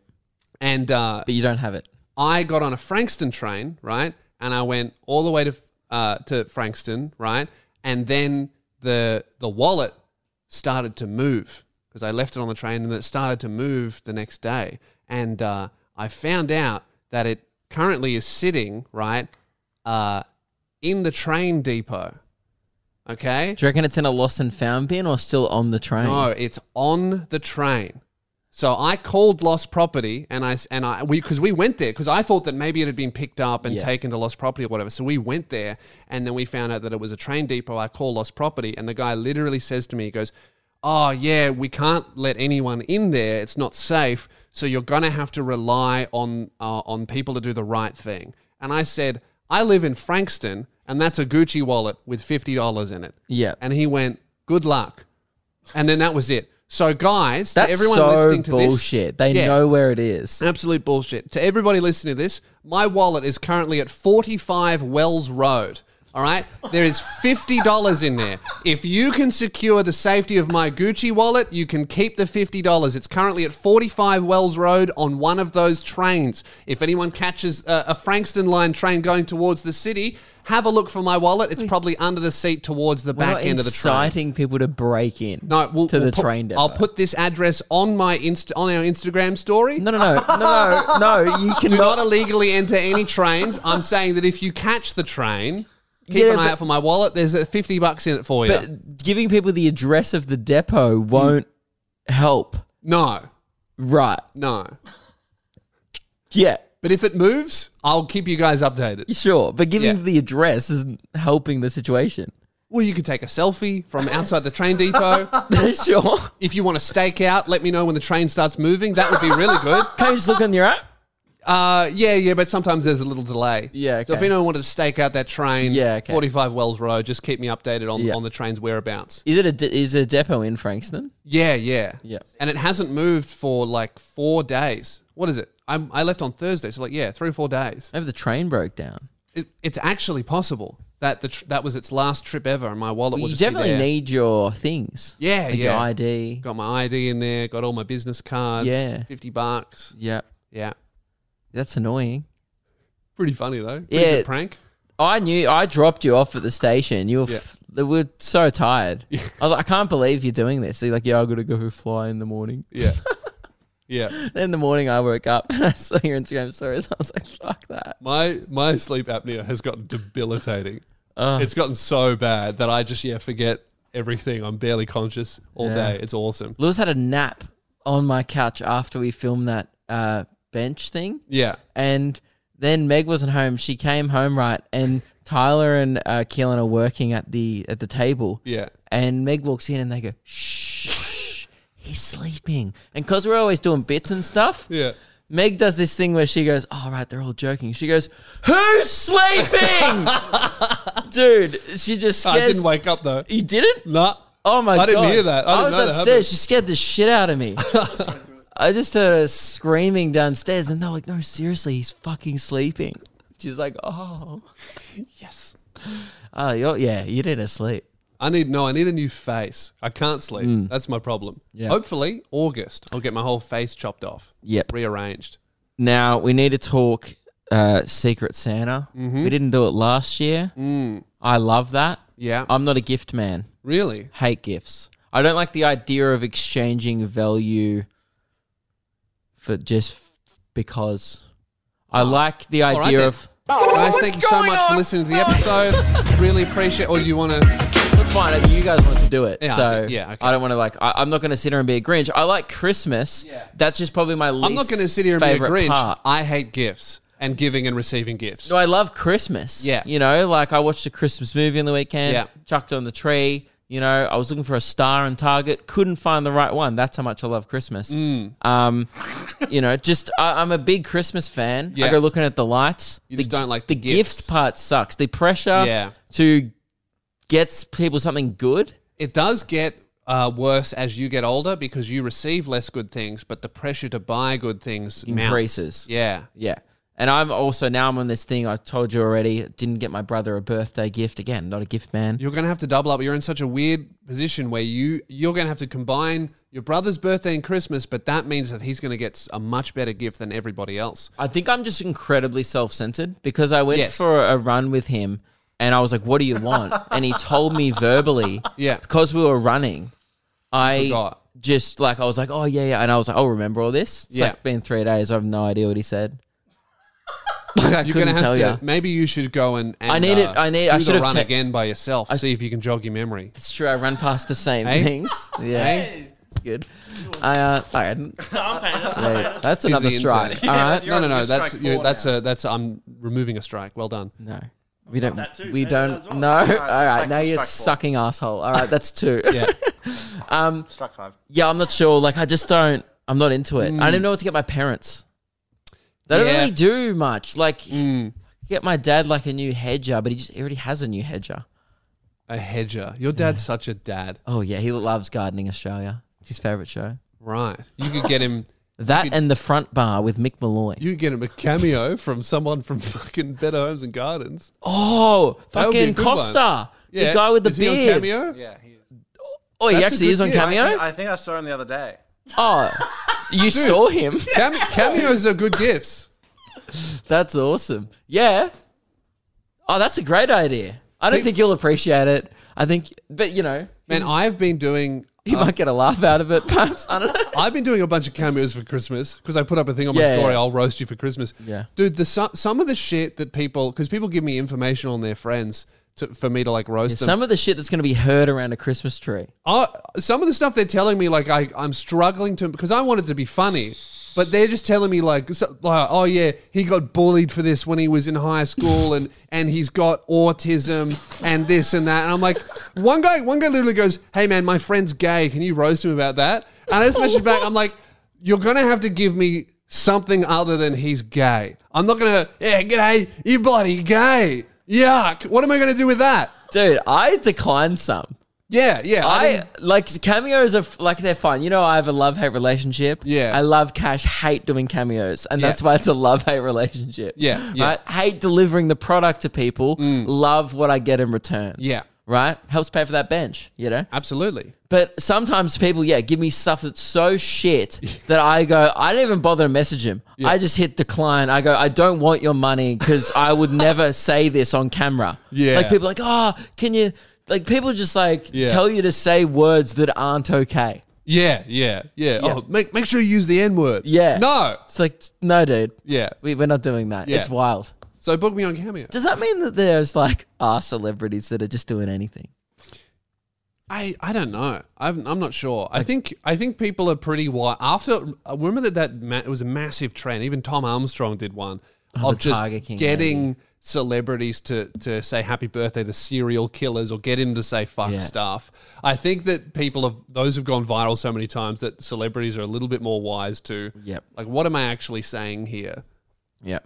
And uh, But you don't have it. I got on a Frankston train, right? And I went all the way to uh, to Frankston, right? And then the the wallet started to move because I left it on the train, and it started to move the next day. And uh, I found out that it currently is sitting right uh, in the train depot. Okay, Do you reckon it's in a lost and found bin or still on the train? no, it's on the train. So I called Lost Property, and I s- and I we because we went there because I thought that maybe it had been picked up and Yeah. taken to Lost Property or whatever. So we went there, and then we found out that it was a train depot. I call Lost Property, and the guy literally says to me, he goes, "Oh yeah, we can't let anyone in there. It's not safe. So you're gonna have to rely on uh, on people to do the right thing." And I said, "I live in Frankston, and that's a Gucci wallet with fifty dollars in it." Yeah. and he went, "Good luck." And then that was it. So, guys, That's to everyone so listening to bullshit. this, they Yeah, know where it is. absolute bullshit. To everybody listening to this, my wallet is currently at 45 Wells Road. All right, there is fifty dollars in there. If you can secure the safety of my Gucci wallet, you can keep the fifty dollars. It's currently at forty-five Wells Road on one of those trains. If anyone catches a, a Frankston line train going towards the city, have a look for my wallet. It's probably under the seat towards the We're back not end of the train. inciting people to break in. No, we'll, to we'll the put- train depot. I'll put this address on my inst- on our Instagram story. No, no, no, *laughs* no, no, no. You Do cannot. not illegally enter any trains. I'm saying that if you catch the train, keep Yeah, an eye but- out for my wallet. There's uh, 50 bucks in it for you. But giving people the address of the depot won't help. no, Right. no. Yeah. But if it moves, I'll keep you guys updated. Sure. But giving Yeah. the address isn't helping the situation. *laughs* Well, you could take a selfie from outside the train depot. sure. if you want to stake out, let me know when the train starts moving. That would be really good. Can you just look on your app? Uh, yeah, yeah, but sometimes there's a little delay. Yeah, So if okay. anyone wanted to stake out that train, Yeah, okay. 45 Wells Road, just keep me updated on, Yeah. on the train's whereabouts. Is it a de- is it a depot in Frankston? Yeah, yeah. Yeah. And it hasn't moved for like four days. What is it? I'm, I left on Thursday, so like, yeah, three or four days. Maybe the train broke down. It, it's actually possible that the tr- that was its last trip ever and my wallet will you just definitely be there. need your things. Yeah, Like yeah. Your ID. Got my ID in there, got all my business cards, Yeah. 50 bucks. Yeah. Yeah. That's annoying. Pretty funny though. Pretty Yeah. good prank. I knew I dropped you off at the station. You were, f- we were so tired. I was like, I can't believe you're doing this. So you're like, yeah, I gotta go fly in the morning. *laughs* Yeah. *laughs* yeah. In the morning, I woke up *laughs* and I saw your Instagram stories. I was like, fuck that. My my sleep apnea has gotten debilitating. Ah. it's gotten so bad that I just yeah forget everything. I'm barely conscious all Yeah. day. It's awesome. Lewis had a nap on my couch after we filmed that uh, bench thing, Yeah. and then Meg wasn't home. She came home right, and Tyler and uh, Keelan are working at the at the table. Yeah. And Meg walks in and they go, shh, he's sleeping. And because we're always doing bits and stuff, Yeah. Meg does this thing where she goes, "All right, they're all joking." She goes, *laughs* "Who's sleeping, dude?" She just I scares. didn't wake up though. You didn't? Nah. Oh my god! I didn't hear that. I didn't was know that upstairs. happened. she scared the shit out *laughs* of me. I just heard her screaming downstairs, and they're like, "No, seriously, he's fucking sleeping." She's like, "Oh, yes." Oh, you're, yeah, you didn't sleep. I need no. I need a new face. I can't sleep. That's my problem. Mm. Yeah. Hopefully August I'll get my whole face chopped off. Yep. Rearranged. Now we need to talk uh, Secret Santa. Mm-hmm. We didn't do it last year. Mm. I love that. Yeah. I'm not a gift man. really? Hate gifts. I don't like the idea of exchanging value for just f- because. I like the Ah. right idea then. of. Guys, thank you so much for listening to the episode. *laughs* really appreciate. Or do you want to? That's fine. You guys want to do it, Yeah, I so think- yeah, okay. I don't want to like. I, I'm not going to sit here and be a Grinch. I like Christmas. That's just probably my least. I'm not going to sit here and be a favorite Grinch. Part. I hate gifts. and giving and receiving gifts. No, I love Christmas. Yeah. You know, like I watched a Christmas movie on the weekend, Yeah. chucked it on the tree. You know, I was looking for a star in Target, couldn't find the right one. That's how much I love Christmas. Mm. Um, you know, just I, I'm a big Christmas fan. Yeah. I go looking at the lights. You just don't like the the gifts. gift part sucks. The pressure Yeah. to get people something good. It does get uh, worse as you get older because you receive less good things, but the pressure to buy good things mounts. Increases. Yeah. Yeah. And I'm also now I'm on this thing I told you already. Didn't get my brother a birthday gift again. Not a gift man. You're going to have to double up. You're in such a weird position where you you're going to have to combine your brother's birthday and Christmas, but that means that he's going to get a much better gift than everybody else. I think I'm just incredibly self centered because I went Yes. for a run with him and I was like, What do *laughs* you want? and he told me verbally. *laughs* Yeah. Because we were running, I Forgot. just like, I was like, Oh, yeah, yeah. And I was like, I'll remember all this. It's Yeah. like been three days. I have no idea what he said. Like, I You're couldn't gonna have tell to. you. Maybe you should go and. and I need it- uh, I need- Do I the should have run te- again by yourself. see if you can jog your memory. It's true. I run past the same Hey? *laughs* things. Yeah. Hey? It's good. I, uh, all right. I'm paying. I'm Uh-huh. paying. Hey, That's He's another the *laughs* strike. intern. All right. You're no, no, on- no. you're That's strike you, four that's now. a that's I'm removing a strike. Well done. No. We don't. that too. We Maybe don't. that as well. No. All All right, right. back Now to you're strike four. sucking asshole. All right. That's two. *laughs* Um, Yeah. Strike five. Yeah, I'm not sure. Like, I just don't. I'm not into it. I don't even know what to get my parents. They don't Mm. Yeah. Mm. really do much. Like, get my dad like a new hedger, but he just he already has a new hedger. A hedger. Your dad's such a dad. Oh yeah, he loves gardening Australia. It's his favorite show. Right. You could get him. That and the front bar with Mick Malloy. You could get him a cameo from someone from fucking Better Homes and Gardens. oh, That would be a fucking good one. Costa, the guy with the Is he on beard. cameo? Yeah, he is. Oh, he That's a actually good is on gig. cameo. I think I saw him the other day. oh, *laughs* you saw him. Came- *laughs* cameos are good gifts. That's awesome. Yeah. Oh, that's a great idea. I don't think you'll appreciate it. I think, but you know, Man, I've been doing. you might get a laugh out of it, *laughs* perhaps. I don't know. *laughs* I've been doing a bunch of cameos for Christmas because I put up a thing on my Yeah, story. yeah. I'll roast you for Christmas. Yeah. dude. The some, some of the shit that people because people give me information on their friends to, for me to like roast them. Some of the shit that's going to be heard around a Christmas tree. I, Uh, some of the stuff they're telling me, like I, I'm struggling to because I wanted to be funny, but they're just telling me like, so, like, oh yeah, he got bullied for this when he was in high school, and and he's got autism and this and that, and I'm like, one guy, one guy literally goes, hey man, my friend's gay, can you roast him about that? And I just messaged back, I'm like, you're gonna have to give me something other than he's gay. I'm not gonna, yeah, g'day, you bloody gay, yuck. What am I gonna do with that? Dude, I declined some. Yeah, yeah, I didn't- like cameos are f- like they're fun. You know, I have a love hate relationship. Yeah. I love cash, hate doing cameos, and Yeah. that's why it's a love hate relationship. Yeah, yeah. right. Hate delivering the product to people. Love what I get in return. yeah, right. Helps pay for that bench. You know. absolutely. But sometimes people, yeah, give me stuff that's so *laughs* shit that I go, I don't even bother to message him. I just hit decline. I go, I don't want your money *laughs* because I would never say this on camera. Yeah. Like people are like, oh, can you, like people just like Yeah. tell you to say words that aren't okay. Yeah, yeah, yeah. Yeah. Oh, make make sure you use the N word. Yeah. No. It's like, no, dude. Yeah. We, we're not doing that. Yeah. It's wild. So book me on Cameo. Does that mean that there's like our celebrities that are just doing anything? I, I don't know. I'm, I'm not sure. I think I think people are pretty wild. After I remember that that ma- it was a massive trend. Even Tom Armstrong did one of Oh, the just Tiger King getting celebrities to to say happy birthday to serial killers or get him to say fuck Yeah. stuff. I think that people have those have gone viral so many times that celebrities are a little bit more wise to Yep. like what am I actually saying here? Yeah.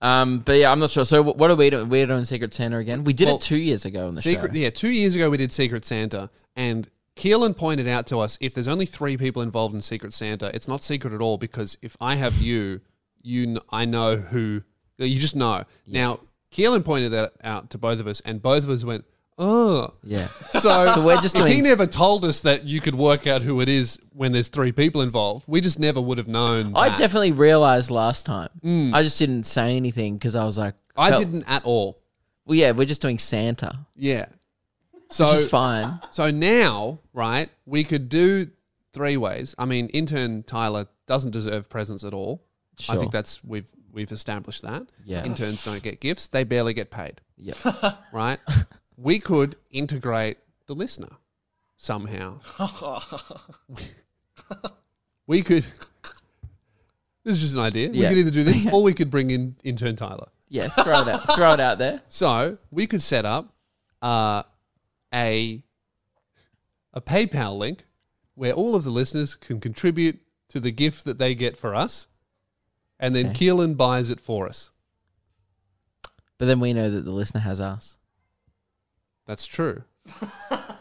Um, but yeah, I'm not sure. So wh- what are we doing? We're doing Secret Santa again. We did Well, it two years ago on the show. Secret, yeah, two years ago we did Secret Santa, and Keelan pointed out to us if there's only three people involved in Secret Santa, it's not secret at all because if I have you, you kn- I know who you just know. Now Keelan pointed that out to both of us, and both of us went, "Oh, *laughs* Yeah. So, So we're just if he doing- never told us that you could work out who it is when there's three people involved, we just never would have known. I that. Mm. definitely realized last time. I just didn't say anything because I was like, I felt- didn't at all. Well, yeah, we're just doing Santa, Yeah. So which is fine. So now, right, we could do three ways. I mean, intern Tyler doesn't deserve presents at all. I Sure. think that's we've we've established that. Yeah. Interns don't get gifts, they barely get paid, Yeah. right? *laughs* we could integrate the listener *laughs* somehow. we could This is just an idea. *laughs* Yeah. We could either do this or we could bring in intern Tyler. Yeah, throw it out. throw it out there. So we could set up uh, a a PayPal link where all of the listeners can contribute to the gift that they get for us, and then Keelan buys it for us. But then we know that the listener has us. That's true.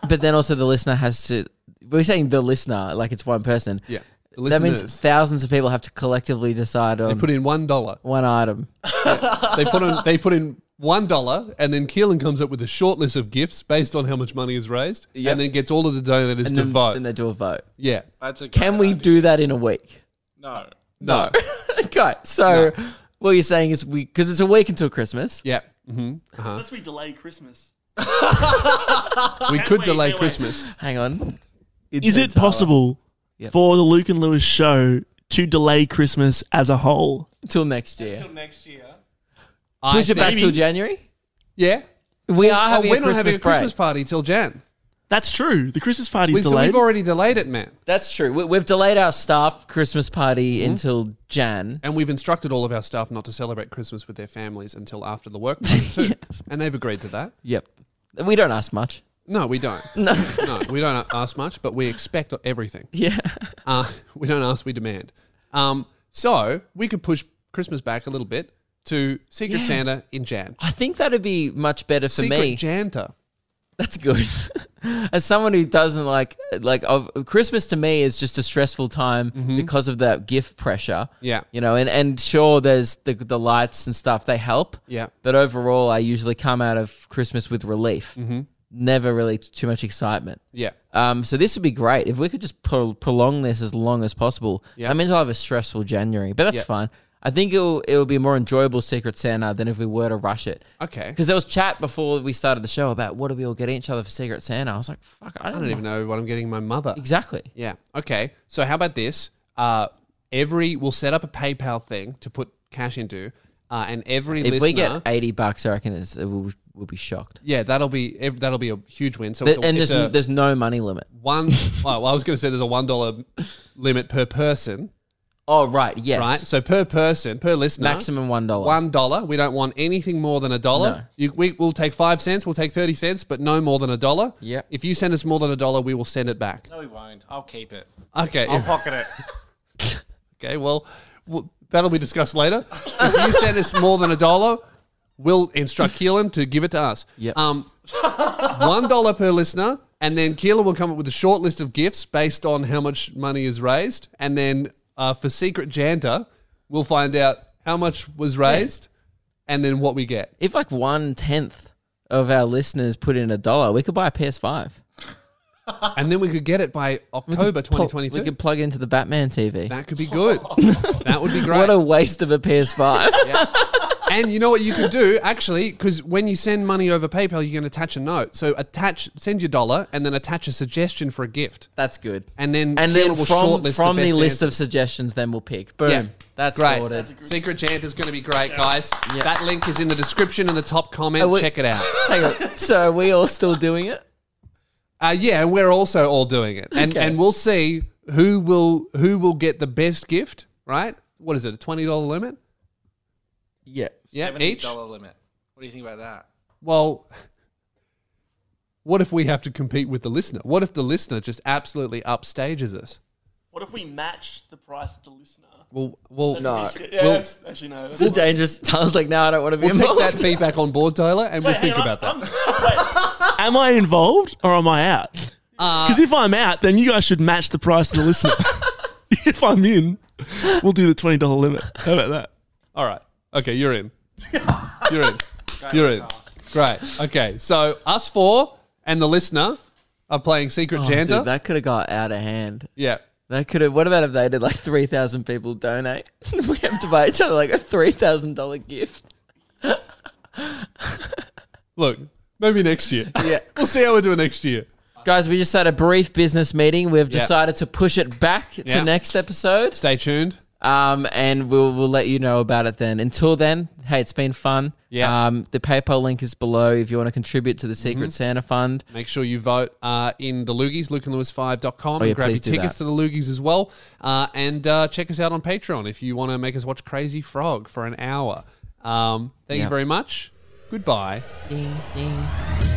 But then also the listener has to. We're saying the listener like it's one person. Yeah, the That listeners. means thousands of people have to collectively decide they on put in one dollar. one item. They put in they put in one dollar, and then Keelan comes up with a short list of gifts based on how much money is raised, Yep. and then gets all of the donors And to then, vote. then they do a vote. yeah, That's a Can we do that in a week? *laughs* No. no, okay. So what you're saying is we because it's a week until Christmas. *laughs* yeah. hmm Uh-huh. Unless we delay Christmas. We could delay wait, can't wait. Christmas. Hang on. Is it possible for the Luke and Lewis show to delay Christmas as a whole? Till next year. next year. I Push it back think- till January. Yeah, We are having, oh, we're a, not Christmas having a break. Christmas party till Jan. That's true. The Christmas party's We, so delayed. we've already delayed it, man, That's true. We, we've delayed our staff Christmas party Mm-hmm. until Jan. and we've instructed all of our staff not to celebrate Christmas with their families until after the *laughs* work party too, and they've agreed to that. Yep. We don't ask much. No, we *laughs* don't. No, no, we don't ask much, but we expect everything. Yeah. Uh, *laughs* we don't ask, we demand. Um, so we could push Christmas back a little bit to Secret Yeah. Santa in Jan. I think that'd be much better for Secret me. Janta. *laughs* That's good. As someone who doesn't like like of, Christmas to me is just a stressful time because of that gift pressure. Mm-hmm. Yeah. You know, and and sure there's the the lights and stuff they help. Yeah. But overall I usually come out of Christmas with relief. Mm-hmm. Never really t- too much excitement. Yeah. Um, so this would be great if we could just pro- prolong this as long as possible. Yeah. That means I'll have a stressful January, but that's Yeah. fine. I think it'll it'll be a more enjoyable Secret Santa than if we were to rush it. Okay. Because there was chat before we started the show about what do we all get each other for Secret Santa. I was like, fuck, I I don't, don't know. even know what I'm getting my mother. exactly. Yeah. Okay. So how about this? Uh, every we'll set up a PayPal thing to put cash into, uh, and every If listener. we get eighty bucks, I reckon it's, it will, we'll be shocked. yeah, that'll be ev- that'll be a huge win. So it's a, and it's there's a there's no money limit. one. *laughs* oh, well, I was going to say there's a one dollar limit per person, Oh right, yes, right? So per person, per listener, maximum one dollar. one dollar. We don't want anything more than a dollar. You, we, we'll take five cents, we'll take thirty cents, but no more than a dollar. Yep. If you send us more than a dollar, we will send it back. No, we won't. I'll keep it. Okay. Pocket it. Okay, well, well, that'll be discussed later. If you send us more than a dollar, we'll instruct Keelan to give it to us. Yep. Um, one dollar per listener, and then Keelan will come up with a short list of gifts based on how much money is raised, and then uh, for Secret Janta, we'll find out how much was raised, and then what we get. If like one tenth of our listeners put in a dollar, we could buy a PS Five. And then we could get it by October We 2022. could plug into the Batman TV. That could be *laughs* good. that would be great. What a waste of *laughs* a PS5. And you know what you can do actually, because when you send money over PayPal, you can attach a note. So attach, send your dollar, and then attach a suggestion for a gift, *laughs* That's good. and then And Keelan then will from, shortlist from the, best list of answers. suggestions, then we'll pick. Boom. Yeah. That's great. sorted. Secret Chant is going to be great, guys. That link is in the description and the top comment. Oh, wait. Check it out. *laughs* Hang on. so are we all still doing it? Uh, yeah, and we're also all doing it, and Okay. and we'll see who will who will get the best gift. Right? What is it? A twenty dollar limit? Yeah. Yeah, each. dollar limit. What do you think about that? Well, what if we have to compete with the listener? What if the listener just absolutely upstages us? What if we match the price of the listener? Well, well, No. Yeah, Well- that's, actually no. It's a dangerous. *laughs* Tyler's like, no, I don't want to be We'll take involved. that feedback on board, Tyler, and we'll think about that. *laughs* Am I involved or am I out? Because if I'm out, then you guys should match the price to the listener. *laughs* if I'm in, we'll do the twenty dollar limit. How about that? All right. Okay, you're *laughs* in. You're in. You're in. Great. Okay, so us four and the listener are playing Secret Oh, dude, Janda. that could have got out of hand. yeah. That could have. What about if they did like three thousand people donate? *laughs* we have to buy each other like a three thousand dollar gift. Look, maybe next year. *laughs* Yeah. we'll see how we're doing next year. Guys, we just had a brief business meeting. We've decided to push it back to Yeah. next episode. Stay tuned. Um, and we'll we'll let you know about it then. Until then, hey, it's been fun. Yeah. Um, the PayPal link is below if you want to contribute to the Secret Santa Fund. Make sure you vote uh, in the Loogies, lukeandlewis5.com, Oh, yeah, and grab your please do tickets to that. the Loogies as well. Uh, and uh, check us out on Patreon if you want to make us watch Crazy Frog for an hour. Um, thank you Yeah. very much. Goodbye. Ding ding.